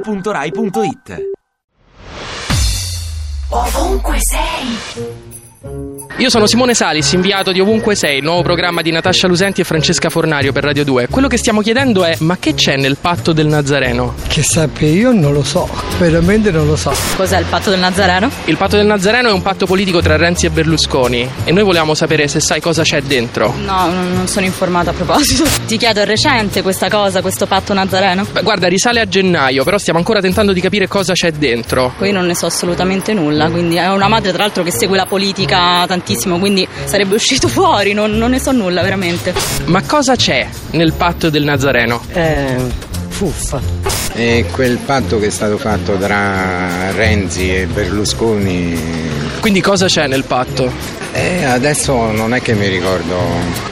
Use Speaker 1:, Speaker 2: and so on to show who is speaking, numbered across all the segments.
Speaker 1: radio2pod.rai.it
Speaker 2: Ovunque sei,
Speaker 3: Io sono Simone Salis, inviato di Ovunque Sei, il nuovo programma di Natascia Lusenti e Francesca Fornario per Radio 2. Quello che stiamo chiedendo è: ma che c'è nel patto del Nazareno?
Speaker 4: Che sappia io non lo so, veramente non lo so.
Speaker 5: Cos'è il patto del Nazareno?
Speaker 3: Il patto del Nazareno è un patto politico tra Renzi e Berlusconi e noi volevamo sapere se sai cosa c'è dentro.
Speaker 5: No, non non sono informata a proposito. Ti chiedo, è recente questa cosa, questo patto nazareno?
Speaker 3: Beh, guarda, risale a gennaio, però stiamo ancora tentando di capire cosa c'è dentro.
Speaker 5: Poi non ne so assolutamente nulla, quindi è una madre tra l'altro che segue la politica tantissimo, quindi sarebbe uscito fuori, non, non ne so nulla veramente.
Speaker 3: Ma cosa c'è nel patto del Nazareno?
Speaker 6: E quel patto che è stato fatto tra Renzi e Berlusconi,
Speaker 3: Quindi cosa c'è nel patto?
Speaker 6: eh, adesso non è che mi ricordo,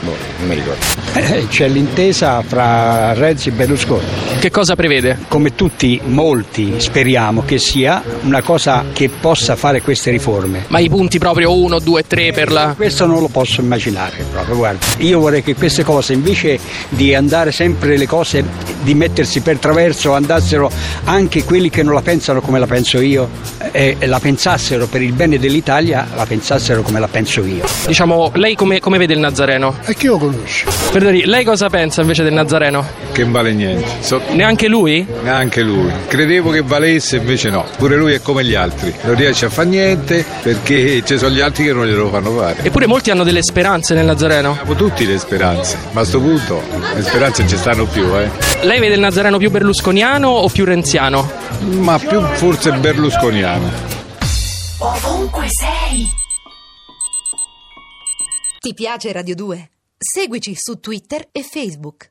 Speaker 6: boh, non mi ricordo.
Speaker 7: Eh, C'è l'intesa fra Renzi e Berlusconi.
Speaker 3: Che cosa prevede?
Speaker 7: Come tutti, molti speriamo che sia una cosa che possa fare queste riforme.
Speaker 3: Ma i punti proprio 1, 2, 3 per la.
Speaker 7: Questo non lo posso immaginare proprio, guarda. Io vorrei che queste cose, invece di andare sempre le cose, di mettersi per traverso, andassero anche quelli che non la pensano come la penso io, eh, e e la pensassero per il bene dell'Italia, la pensassero come la penso io.
Speaker 3: Diciamo, lei come, come vede il Nazareno?
Speaker 8: E chi lo conosce?
Speaker 3: Federico, lei cosa pensa invece del Nazareno?
Speaker 8: Che vale niente. So-
Speaker 3: Neanche lui?
Speaker 8: neanche lui. Credevo che valesse, invece no. Pure lui è come gli altri. Non riesce a fare niente perché ci sono gli altri che non glielo fanno fare.
Speaker 3: Eppure molti hanno delle speranze nel Nazareno.
Speaker 8: Abbiamo tutti le speranze, ma a sto punto le speranze non ci stanno più, eh.
Speaker 3: Lei vede il Nazareno più berlusconiano o più renziano?
Speaker 8: Ma più forse berlusconiano.
Speaker 2: ovunque sei.
Speaker 9: Ti piace Radio 2? Seguici su Twitter e Facebook.